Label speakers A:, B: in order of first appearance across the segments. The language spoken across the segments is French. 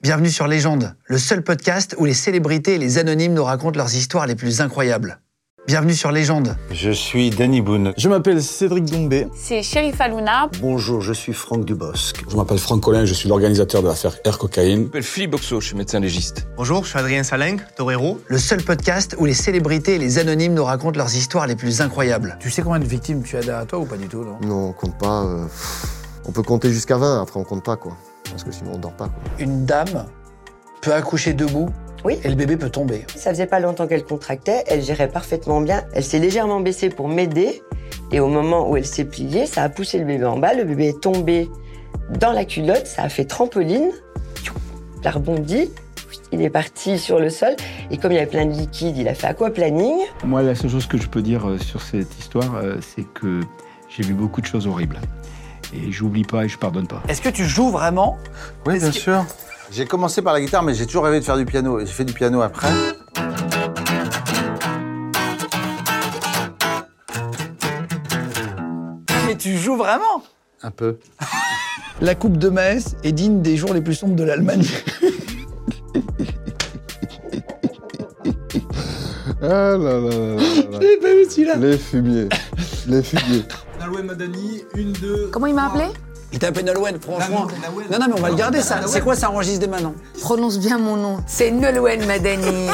A: Bienvenue sur Légende, le seul podcast où les célébrités et les anonymes nous racontent leurs histoires les plus incroyables. Bienvenue sur Légende.
B: Je suis Danny Boone.
C: Je m'appelle Cédric Dombé.
D: C'est Sheriff Alouna.
E: Bonjour, je suis Franck Dubosc.
F: Je m'appelle Franck Collin, je suis l'organisateur de l'affaire Air Cocaïne. Je
G: m'appelle Philippe Boxo, je suis médecin légiste.
H: Bonjour, je suis Adrien Saling, torero.
A: Le seul podcast où les célébrités et les anonymes nous racontent leurs histoires les plus incroyables.
I: Tu sais combien de victimes tu as derrière toi ou pas du tout Non,
J: non on compte pas. Euh... On peut compter jusqu'à 20, après on compte pas quoi. Parce que sinon on dort pas quoi.
A: Une dame peut accoucher debout
K: oui.
A: Et le bébé peut tomber.
K: Ça faisait pas longtemps qu'elle contractait, elle gérait parfaitement bien. Elle s'est légèrement baissée pour m'aider. Et au moment où elle s'est pliée, ça a poussé le bébé en bas. Le bébé est tombé dans la culotte, ça a fait trampoline. Elle a rebondi. Il est parti sur le sol et comme il y avait plein de liquide, il a fait aquaplaning.
L: Moi, la seule chose que je peux dire euh, sur cette histoire, euh, c'est que j'ai vu beaucoup de choses horribles. Et j'oublie pas et je pardonne pas.
I: Est-ce que tu joues vraiment
C: Oui, bien
I: que...
C: sûr.
E: J'ai commencé par la guitare, mais j'ai toujours rêvé de faire du piano. J'ai fait du piano après.
I: Mais tu joues vraiment
E: Un peu.
A: la Coupe de Metz est digne des jours les plus sombres de l'Allemagne.
F: ah là là là là.
I: Je pas vu celui-là.
F: Les fumiers. Les fumiers.
M: Nalouen Madani, une, deux.
D: Comment il m'a appelé
I: il t'a appelé Nolwenn, franchement. Non, non, mais on va le garder, ça. C'est quoi, ça enregistre dès maintenant
D: Prononce bien mon nom. C'est Nolwenn Madani.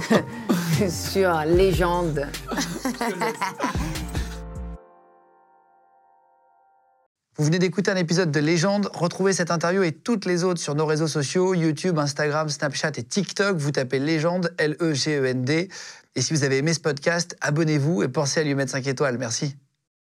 D: Sur Légende.
A: Vous venez d'écouter un épisode de Légende. Retrouvez cette interview et toutes les autres sur nos réseaux sociaux YouTube, Instagram, Snapchat et TikTok. Vous tapez Légende, E L-E-G-E-N-D. Et si vous avez aimé ce podcast, abonnez-vous et pensez à lui mettre 5 étoiles. Merci.